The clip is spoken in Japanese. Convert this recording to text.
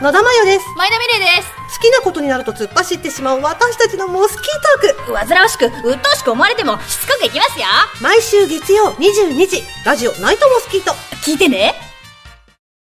野田真代です。前田美玲です好きなことになると突っ走ってしまう私たちのモスキートーク。煩わしく鬱陶しく思われてもしつこくいきますよ毎週月曜22時、ラジオナイトモスキート。聞いてね